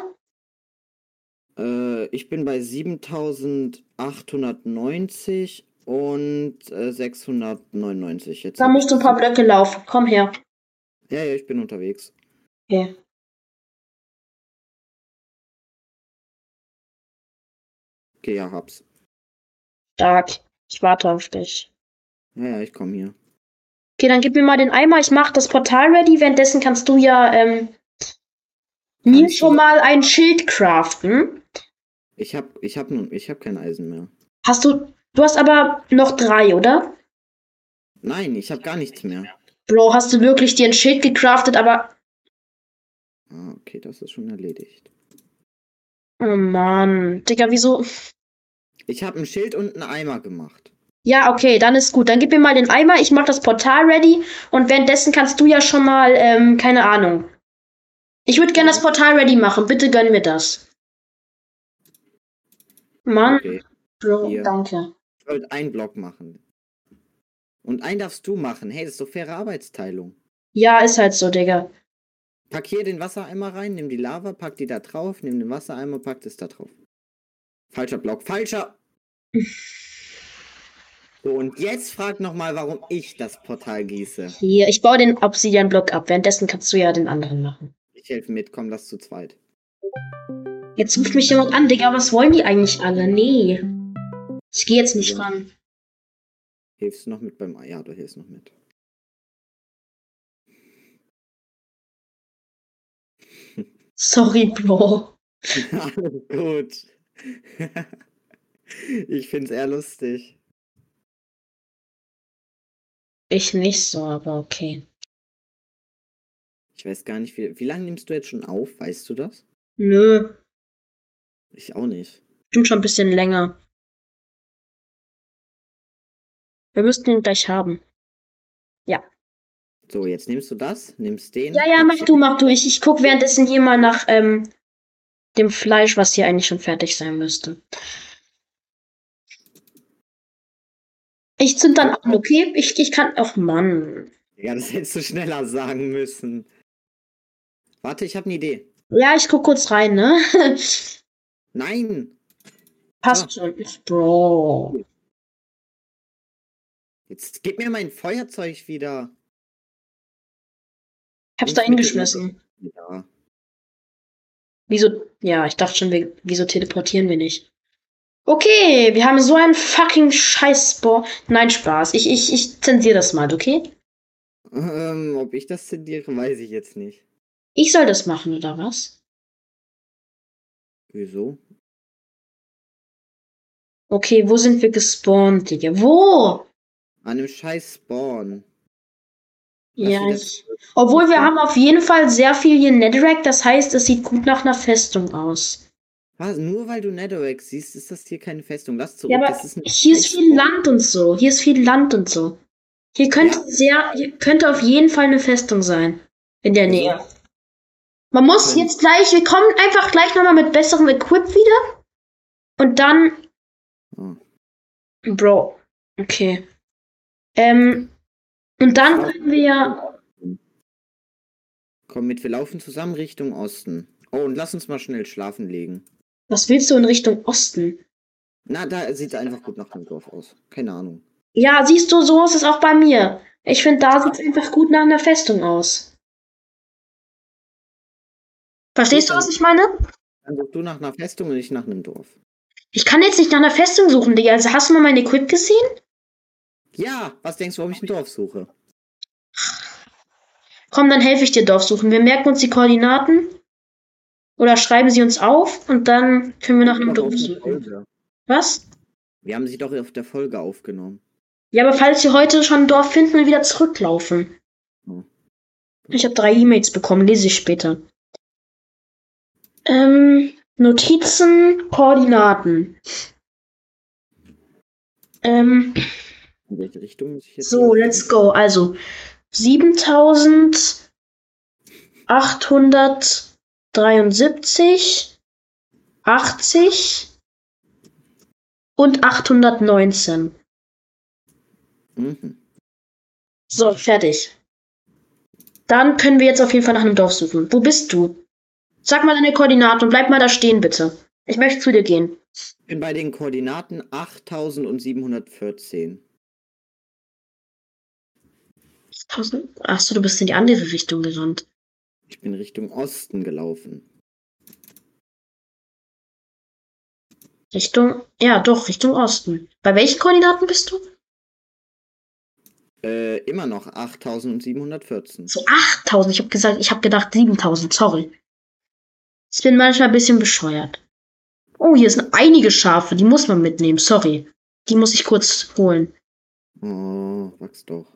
Speaker 2: Äh, ich bin bei 7890 und äh, 699. Jetzt
Speaker 1: Da
Speaker 2: hab
Speaker 1: musst du
Speaker 2: ich
Speaker 1: ein paar
Speaker 2: das-
Speaker 1: Blöcke laufen. Komm her.
Speaker 2: Ja, ja, ich bin unterwegs.
Speaker 1: Okay.
Speaker 2: Okay, ja, hab's.
Speaker 1: Stark. Ich warte auf dich.
Speaker 2: Ja, ja, ich komme hier.
Speaker 1: Okay, dann gib mir mal den Eimer. Ich mache das Portal ready. Währenddessen kannst du ja ähm, mir
Speaker 2: Kannst du-
Speaker 1: schon mal ein Schild craften.
Speaker 2: Ich hab, ich hab nun, ich hab kein Eisen mehr.
Speaker 1: Hast du. Du hast aber noch drei, oder?
Speaker 2: Nein, ich hab gar nichts mehr.
Speaker 1: Bro, hast du wirklich dir ein Schild gecraftet, aber
Speaker 2: Ah, okay, das ist schon erledigt.
Speaker 1: Oh Mann, Digga, wieso?
Speaker 2: Ich hab ein Schild und einen Eimer gemacht.
Speaker 1: Ja, okay, dann ist gut. Dann gib mir mal den Eimer, ich mach das Portal ready und währenddessen kannst du ja schon mal, ähm, keine Ahnung. Ich würde gerne das Portal ready machen, bitte gönn mir das. Mann,
Speaker 2: Okay.
Speaker 1: Bro,
Speaker 2: hier.
Speaker 1: danke.
Speaker 2: Ich wollte einen Block machen. Und einen darfst du machen. Hey, das ist doch faire Arbeitsteilung.
Speaker 1: Ja, ist halt so, Digga.
Speaker 2: Pack hier den Wassereimer rein, nimm die Lava, pack die da drauf, nimm den Wassereimer, pack das da drauf. Falscher Block, falscher! So, und jetzt frag nochmal, warum ich das Portal gieße.
Speaker 1: Hier, ich baue den Obsidian-Block ab, währenddessen kannst du ja den anderen machen.
Speaker 2: Ich helfe mit, komm, lass zu zweit.
Speaker 1: Jetzt ruft mich jemand an, Digga, was wollen die eigentlich alle? Nee. Ich gehe jetzt nicht ran.
Speaker 2: Hilfst du noch mit beim. Ja, du hilfst noch mit.
Speaker 1: Sorry, Bro.
Speaker 2: Alles gut. ich find's eher lustig.
Speaker 1: Ich nicht so, aber okay.
Speaker 2: Ich weiß gar nicht, wie, wie lange nimmst du jetzt schon auf? Weißt du das?
Speaker 1: Nö,
Speaker 2: Ich auch nicht.
Speaker 1: Stimmt schon ein bisschen länger. Wir müssten ihn gleich haben.
Speaker 2: So, jetzt nimmst du das, nimmst den.
Speaker 1: Ja, ja,
Speaker 2: packst
Speaker 1: mach
Speaker 2: den-
Speaker 1: du, mach du. Ich, ich guck währenddessen hier mal nach ähm, dem Fleisch, was hier eigentlich schon fertig sein müsste. Ich zünd dann an, okay? Ich, ich kann. Och Mann.
Speaker 2: Ja, das hättest du schneller sagen müssen. Warte, ich habe eine Idee.
Speaker 1: Ja, ich guck kurz rein, ne?
Speaker 2: Nein!
Speaker 1: Passt schon. Bro.
Speaker 2: Jetzt gib mir mein Feuerzeug wieder.
Speaker 1: Ich hab's da hingeschmissen.
Speaker 2: Ja.
Speaker 1: Wieso? Ja, ich dachte schon, wir, wieso teleportieren wir nicht? Okay, wir haben so einen fucking Scheiß-Spawn. Nein, Spaß. Ich, ich, ich zensiere das mal, okay?
Speaker 2: Ähm, ob ich das zendiere, weiß ich jetzt nicht.
Speaker 1: Ich soll das machen, oder was?
Speaker 2: Wieso?
Speaker 1: Okay, wo sind wir gespawnt, Digga? Wo?
Speaker 2: An einem scheiß Spawn. Lass
Speaker 1: Ja,
Speaker 2: wieder
Speaker 1: ich. Obwohl wir haben auf jeden Fall sehr viel hier Netherrack, das heißt, es sieht gut nach einer Festung aus.
Speaker 2: Was? Nur weil du Netherrack siehst, ist das hier keine Festung. Lass zurück.
Speaker 1: Ja, aber
Speaker 2: das ist ein
Speaker 1: Hier ist
Speaker 2: scheiß
Speaker 1: viel
Speaker 2: Spawn.
Speaker 1: Land und so. Hier ist viel Land und so. Hier könnte
Speaker 2: Ja.
Speaker 1: sehr, hier könnte auf jeden Fall eine Festung sein. In der
Speaker 2: Also,
Speaker 1: Nähe. Man muss
Speaker 2: Wenn-
Speaker 1: jetzt gleich, wir kommen einfach gleich nochmal mit besserem Equip wieder. Und dann.
Speaker 2: Ah.
Speaker 1: Bro. Okay. Ähm. Und dann können wir ja.
Speaker 2: Komm mit, wir laufen zusammen Richtung Osten. Oh, und lass uns mal schnell schlafen legen.
Speaker 1: Was willst du in Richtung Osten?
Speaker 2: Na, da sieht einfach gut nach einem Dorf aus. Keine Ahnung.
Speaker 1: Ja, siehst du, so ist es auch bei mir. Ich finde, da sieht es einfach gut nach einer Festung aus. Verstehst du, was ich meine?
Speaker 2: Dann suchst du nach einer Festung und ich nach einem Dorf.
Speaker 1: Ich kann jetzt nicht nach einer Festung suchen, Digga. Also hast du mal mein Equip gesehen?
Speaker 2: Ja, was denkst du, warum ich ein Dorf suche?
Speaker 1: Komm, dann helfe ich dir Dorf suchen. Wir merken uns die Koordinaten. Oder schreiben sie uns auf und dann können wir nach einem
Speaker 2: Doch auf
Speaker 1: Dorf
Speaker 2: der
Speaker 1: suchen.
Speaker 2: Folge.
Speaker 1: Was?
Speaker 2: Wir haben sie doch auf der Folge aufgenommen.
Speaker 1: Ja, aber falls wir heute schon ein Dorf finden und wieder zurücklaufen.
Speaker 2: Hm.
Speaker 1: Ich habe drei E-Mails bekommen, lese ich später. Ähm, Notizen, Koordinaten. Ähm,
Speaker 2: In welche Richtung muss ich jetzt?
Speaker 1: so,
Speaker 2: laufen?
Speaker 1: let's go. Also 7873, 80 und 819.
Speaker 2: Mhm.
Speaker 1: So, fertig. Dann können wir jetzt auf jeden Fall nach einem Dorf suchen. Wo bist du? Sag mal deine Koordinaten und bleib mal da stehen, bitte. Ich möchte zu dir gehen.
Speaker 2: Ich bin bei den Koordinaten 8714.
Speaker 1: Achso, du bist in die andere Richtung gerannt.
Speaker 2: Ich bin Richtung Osten gelaufen.
Speaker 1: Richtung, ja doch, Richtung Osten. Bei welchen Koordinaten bist du?
Speaker 2: Äh, immer noch 8714.
Speaker 1: So 8000. Ich habe gesagt, ich habe gedacht 7000. Sorry. Ich bin manchmal ein bisschen bescheuert. Oh, hier sind einige Schafe. Die muss man mitnehmen. Sorry. Die muss ich kurz holen.
Speaker 2: Oh, wachs doch.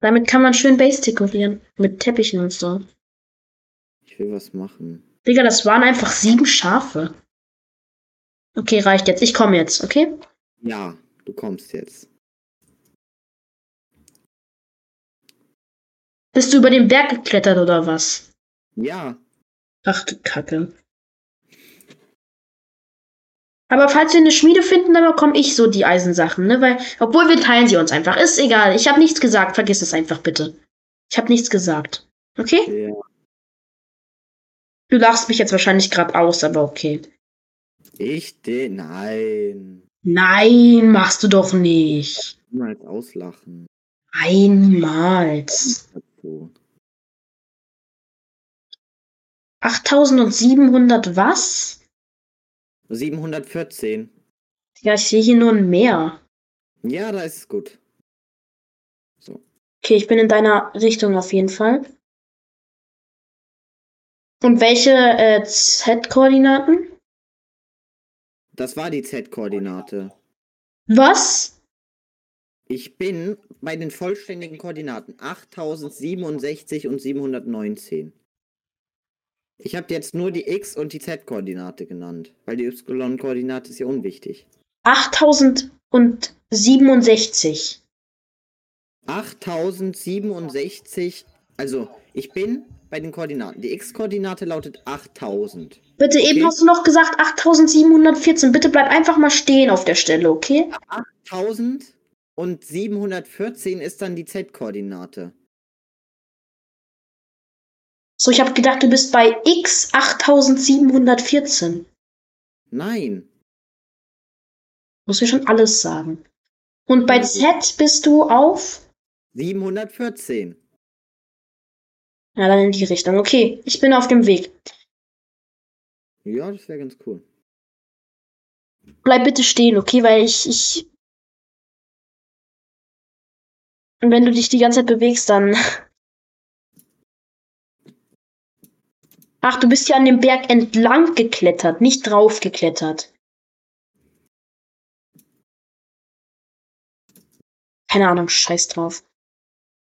Speaker 1: Damit kann man schön Base dekorieren. Mit Teppichen und so.
Speaker 2: Ich will was machen.
Speaker 1: Digga, das waren einfach sieben Schafe. Okay, reicht jetzt. Ich komme jetzt, okay?
Speaker 2: Ja, du kommst jetzt.
Speaker 1: Bist du über den Berg geklettert oder was?
Speaker 2: Ja,
Speaker 1: Ach du Kacke. Aber falls wir eine Schmiede finden, dann bekomme ich so die Eisensachen, ne? Weil, obwohl wir teilen sie uns einfach. Ist egal. Ich habe nichts gesagt. Vergiss es einfach bitte. Ich habe nichts gesagt. Okay?
Speaker 2: ja.
Speaker 1: Du lachst mich jetzt wahrscheinlich gerade aus, aber okay.
Speaker 2: Ich den. Nein.
Speaker 1: Nein, machst du doch nicht.
Speaker 2: Niemals auslachen.
Speaker 1: Einmals.
Speaker 2: Dazu.
Speaker 1: 8700 was?
Speaker 2: 714.
Speaker 1: Ja, ich sehe hier nur ein Meer.
Speaker 2: Ja, da ist es gut.
Speaker 1: Okay, ich bin in deiner Richtung auf jeden Fall. Und welche äh, Z-Koordinaten?
Speaker 2: Das war die Z-Koordinate.
Speaker 1: Was?
Speaker 2: Ich bin bei den vollständigen Koordinaten 8067 und 719. Ich habe jetzt nur die X- und die Z-Koordinate genannt, weil die Y-Koordinate ist ja unwichtig.
Speaker 1: 8067.
Speaker 2: 8067, also ich bin bei den Koordinaten. Die X-Koordinate lautet 8000.
Speaker 1: Bitte, eben
Speaker 2: Okay.
Speaker 1: hast du noch gesagt 8714. Bitte bleib einfach mal stehen auf der Stelle, okay?
Speaker 2: 1000 und 714 ist dann die Z-Koordinate.
Speaker 1: So, ich habe gedacht, du bist bei X 8714.
Speaker 2: Nein,
Speaker 1: Muss ich schon alles sagen. Und bei Z bist du auf?
Speaker 2: 714.
Speaker 1: Ja, dann in die Richtung. Okay, ich bin auf dem Weg.
Speaker 2: Ja, das wäre ganz cool.
Speaker 1: Bleib bitte stehen, okay? Weil ich, ich. Und wenn du dich die ganze Zeit bewegst, dann. Ach, du bist ja an dem Berg entlang geklettert, nicht drauf geklettert. Keine Ahnung, scheiß drauf.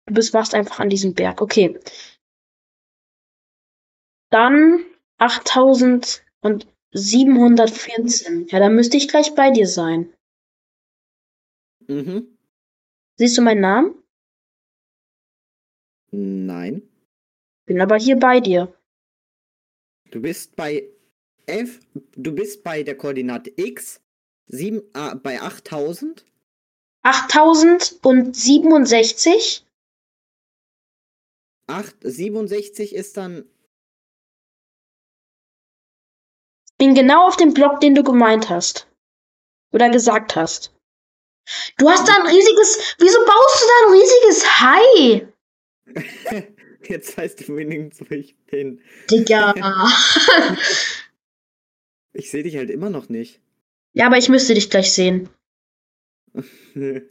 Speaker 1: Du bist warst einfach an diesem Berg. Okay. Dann 8714. Ja, dann müsste ich gleich bei dir sein.
Speaker 2: Mhm.
Speaker 1: Siehst du meinen Namen?
Speaker 2: Nein.
Speaker 1: Bin aber hier bei dir.
Speaker 2: Du bist bei F, du bist bei der Koordinate X, 7, ah, bei 8000,
Speaker 1: 8067.
Speaker 2: 8, 67 ist dann,
Speaker 1: Bin genau auf dem Block, den du gemeint hast. Oder gesagt hast. Du hast da ein riesiges. Wieso baust du da ein riesiges Hai?
Speaker 2: Jetzt heißt du wenigstens, wo ich bin.
Speaker 1: Digga.
Speaker 2: Ich sehe dich halt immer noch nicht.
Speaker 1: ja, aber ich müsste dich gleich sehen. Warum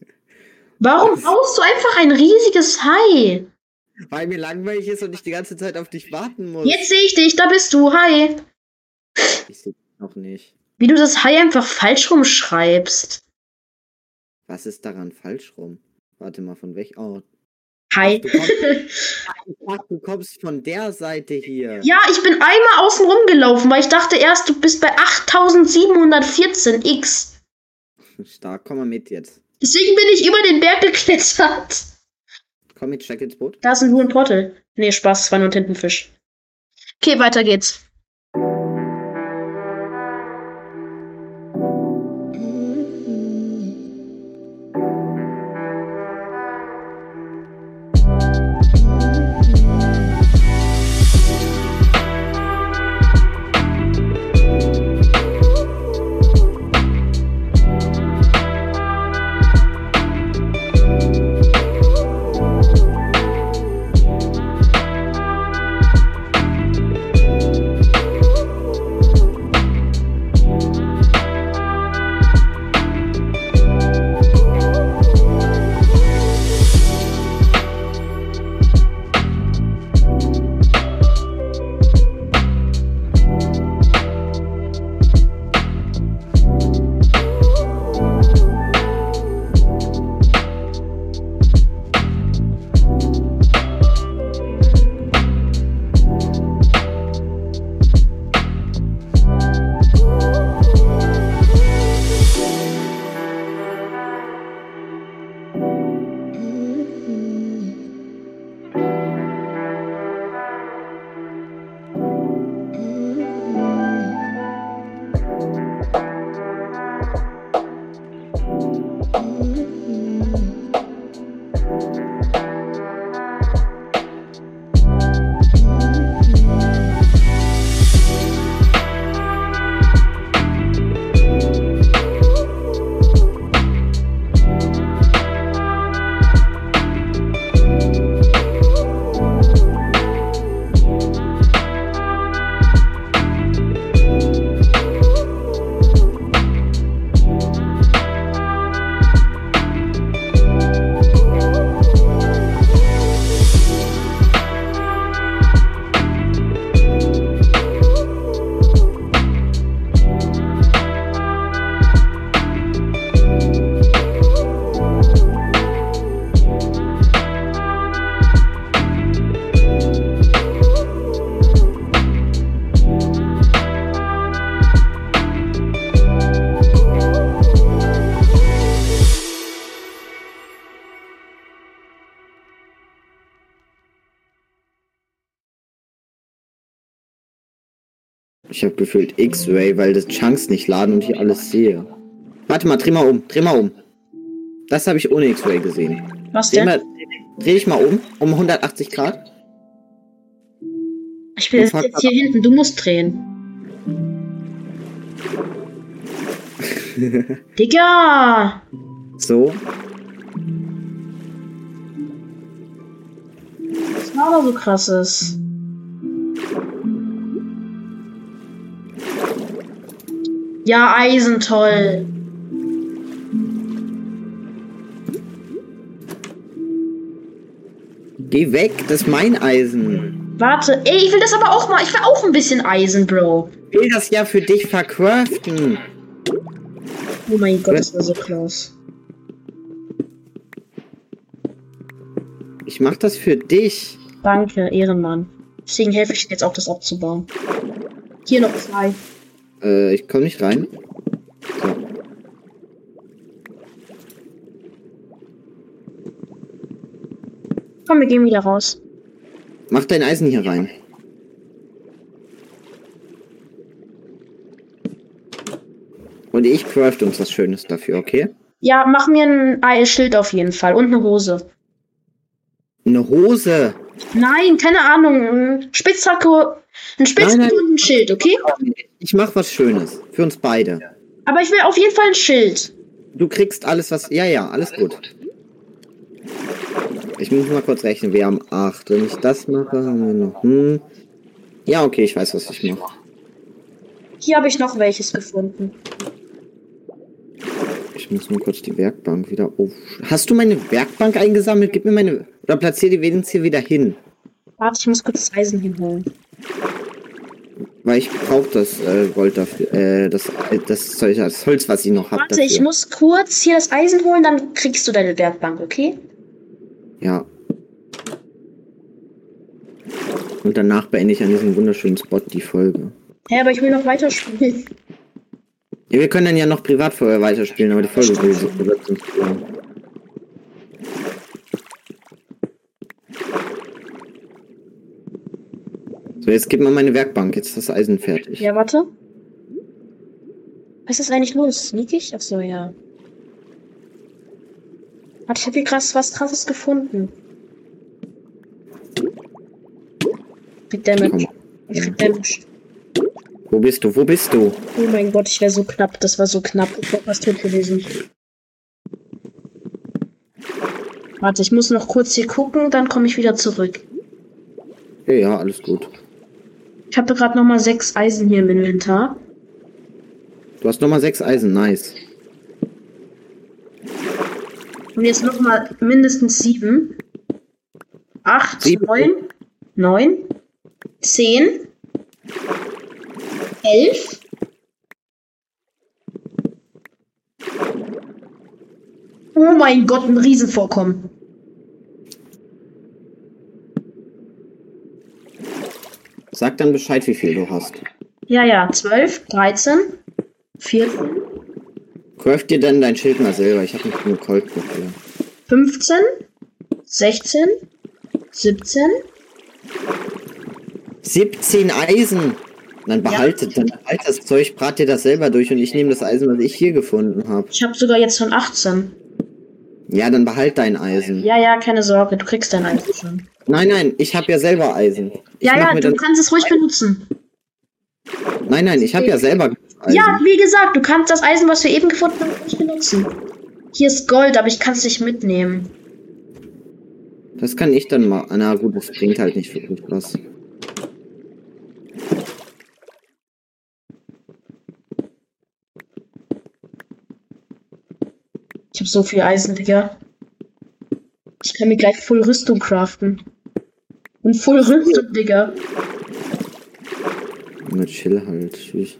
Speaker 2: Das-
Speaker 1: baust du einfach ein riesiges Hai?
Speaker 2: Weil mir langweilig ist und ich die ganze Zeit auf dich warten muss.
Speaker 1: Jetzt sehe ich dich, da bist du. Hi.
Speaker 2: Ich sehe dich noch nicht.
Speaker 1: Wie du das Hai einfach falsch rumschreibst.
Speaker 2: Was ist daran falsch rum? Warte mal, von welch? Oh,
Speaker 1: Hi.
Speaker 2: du kommst, ach, du kommst von der Seite hier.
Speaker 1: Ja, ich bin einmal außen rumgelaufen, weil ich dachte erst, du bist bei 8714x.
Speaker 2: Stark, komm mal mit jetzt.
Speaker 1: Deswegen bin ich über den Berg geklettert.
Speaker 2: Komm mit, steig ins Boot.
Speaker 1: Da ist ein Huhn Portal. Nee, Spaß, es war nur ein Tintenfisch. Okay, weiter geht's.
Speaker 2: Ich habe gefühlt X-Ray, weil das Chunks nicht laden und ich alles sehe. Warte mal, dreh mal um, dreh mal um. Das habe ich ohne X-Ray gesehen.
Speaker 1: Was
Speaker 2: Dreh,
Speaker 1: denn?
Speaker 2: mal, dreh ich mal um, um 180 Grad.
Speaker 1: Ich bin jetzt, jetzt hier hinten, du musst drehen. Digga!
Speaker 2: So,
Speaker 1: Was war aber so krasses? Ja, Eisen, toll.
Speaker 2: geh weg, das ist mein Eisen.
Speaker 1: Warte, ey, ich will das aber auch mal. Ich will auch ein bisschen Eisen, Bro.
Speaker 2: Ich will das ja für dich verkraften.
Speaker 1: Oh mein Gott, das war so close.
Speaker 2: Ich mach das für dich.
Speaker 1: Danke, Ehrenmann. Deswegen helfe ich dir jetzt auch, das abzubauen. Hier noch zwei.
Speaker 2: Äh, ich komm nicht rein. So.
Speaker 1: Komm, wir gehen wieder raus.
Speaker 2: Mach dein Eisen hier rein. Und ich craft uns was Schönes dafür, okay?
Speaker 1: Ja, mach mir ein Ei- Schild auf jeden Fall und eine Hose.
Speaker 2: Eine Hose.
Speaker 1: Nein, keine Ahnung. ein Spitzhacke. Ein Spitzhacke
Speaker 2: Nein, nein.
Speaker 1: und ein Schild, okay?
Speaker 2: Ich mach was Schönes. Für uns beide.
Speaker 1: Aber ich will auf jeden Fall ein Schild.
Speaker 2: Du kriegst alles, was. Ja, ja, alles gut. Ich muss mal kurz rechnen. Wir haben 8. Wenn ich das mache, haben wir noch. Hm. Ja, okay, ich weiß, was ich mache.
Speaker 1: Hier habe ich noch welches gefunden.
Speaker 2: Ich muss nur kurz die Werkbank wieder auf. Hast du meine Werkbank eingesammelt? Gib mir meine. Oder platziere die wenigstens hier wieder hin.
Speaker 1: Warte, ich muss kurz das Eisen hinholen.
Speaker 2: Weil ich brauche das äh, Gold dafür. Äh, das, äh, das Zeug, das Holz, was ich noch habe.
Speaker 1: Warte, ich muss kurz hier das Eisen holen, dann kriegst du deine Werkbank, okay?
Speaker 2: Ja. Und danach beende ich an diesem wunderschönen Spot die Folge.
Speaker 1: Hä, aber ich will noch weiterspielen.
Speaker 2: Ja, wir können dann ja noch privat vorher weiterspielen, aber die Folge will so wird sonst zu lang. So, jetzt gib mal meine Werkbank. Jetzt ist das Eisen fertig.
Speaker 1: Ja, warte. Was ist eigentlich los? Sneak ich? Achso, ja. Warte, ich habe hier krass was krasses gefunden. Big
Speaker 2: Komm.
Speaker 1: Damage. Big Damage.
Speaker 2: Wo bist du? Wo bist du?
Speaker 1: Oh mein Gott, ich wäre so knapp. Das war so knapp. Ich wäre fast tot gewesen. Warte, ich muss noch kurz hier gucken, dann komme ich wieder zurück.
Speaker 2: Ja, ja, alles gut.
Speaker 1: Ich habe gerade noch mal sechs Eisen hier im Inventar.
Speaker 2: Du hast nochmal sechs Eisen. Nice.
Speaker 1: Und jetzt noch mal mindestens sieben. Acht,
Speaker 2: Sieben.
Speaker 1: neun, neun, zehn, elf. Oh mein Gott, ein Riesenvorkommen.
Speaker 2: Sag dann Bescheid, wie viel du hast.
Speaker 1: Ja, ja, zwölf, dreizehn, vierzehn,
Speaker 2: Craft dir dann dein Schild mal selber. Ich habe nicht genug Gold dafür.
Speaker 1: 15, 16, 17.
Speaker 2: 17 Eisen! Dann behaltet, dann behaltet das Zeug, brat dir das selber durch und ich nehme das Eisen, was ich hier gefunden habe.
Speaker 1: Ich habe sogar jetzt schon 18.
Speaker 2: Ja, dann behalt dein Eisen.
Speaker 1: Ja, ja, keine Sorge, du kriegst dein Eisen schon.
Speaker 2: Nein, nein, ich habe ja selber Eisen. Ich
Speaker 1: Ja,
Speaker 2: mach
Speaker 1: ja,
Speaker 2: mir
Speaker 1: du
Speaker 2: dann,
Speaker 1: kannst es ruhig benutzen.
Speaker 2: nein, nein, ich habe ja selber Eisen.
Speaker 1: Ja, wie gesagt, du kannst das Eisen, was wir eben gefunden haben, nicht benutzen. Hier ist Gold, aber ich kann es nicht mitnehmen.
Speaker 2: Das kann ich dann mal. Na gut, das bringt halt nicht wirklich was.
Speaker 1: Ich habe so viel Eisen, Digga. Ich kann mir gleich Full Rüstung craften. Und Full Rüstung, Digga.
Speaker 2: Na, chill halt. Tschüss.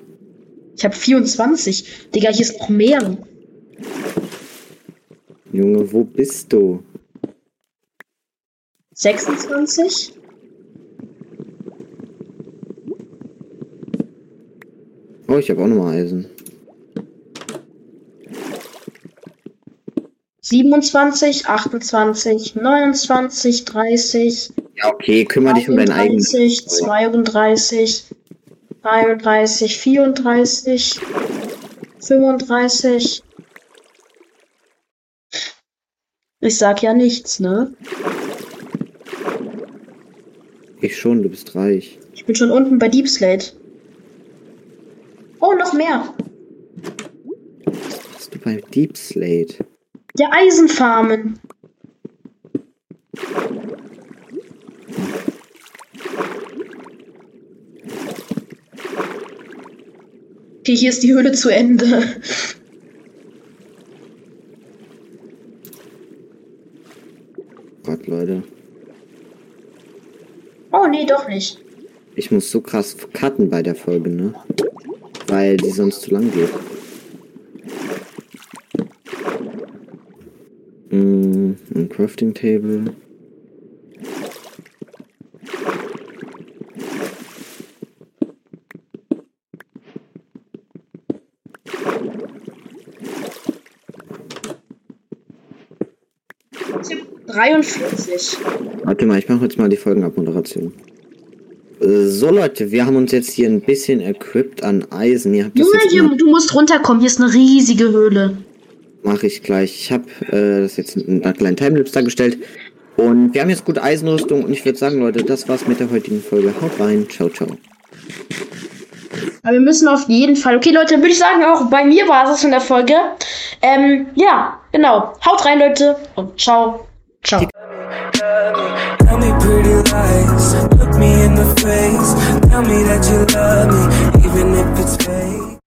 Speaker 1: Ich habe 24. Digga, hier ist noch mehr.
Speaker 2: Junge, wo bist du?
Speaker 1: 26.
Speaker 2: Oh, ich habe auch nochmal Eisen.
Speaker 1: 27, 28, 29, 30,
Speaker 2: Ja, okay, kümmere dich um dein eigenes.
Speaker 1: 31, 32, 33, 34, 35. Ich sag ja nichts, ne?
Speaker 2: Ich schon, du bist reich.
Speaker 1: Ich bin schon unten bei Deep Slate. Oh, noch mehr.
Speaker 2: Bist du bei Deep Slate?
Speaker 1: Der Eisenfarmen. Okay, hier ist die Höhle zu Ende.
Speaker 2: Gott, Leute.
Speaker 1: Oh, nee, doch nicht.
Speaker 2: Ich muss so krass cutten bei der Folge, ne? Weil die sonst zu lang geht. Mm, ein Crafting Table.
Speaker 1: Ich hab 43.
Speaker 2: Warte mal, ich mache jetzt mal die Folgenabmoderation. Äh, So Leute, wir haben uns jetzt hier ein bisschen equipped an Eisen. Ihr habt das
Speaker 1: Junge,
Speaker 2: jetzt
Speaker 1: hier, du musst runterkommen. Hier ist eine riesige Höhle.
Speaker 2: mache ich gleich. Ich habe äh, das jetzt in einer kleinen Timelapse dargestellt. Und wir haben jetzt gut Eisenrüstung und ich würde sagen, Leute, das war's mit der heutigen Folge. Haut rein, ciao, ciao.
Speaker 1: Aber wir müssen auf jeden Fall. Okay, Leute, dann würde ich sagen, auch bei mir war es in der Folge. Ähm, ja, genau. Haut rein, Leute. Und ciao. Ciao.
Speaker 3: pretty lies. Look me in the face. Tell me that you love me, even if it's fake.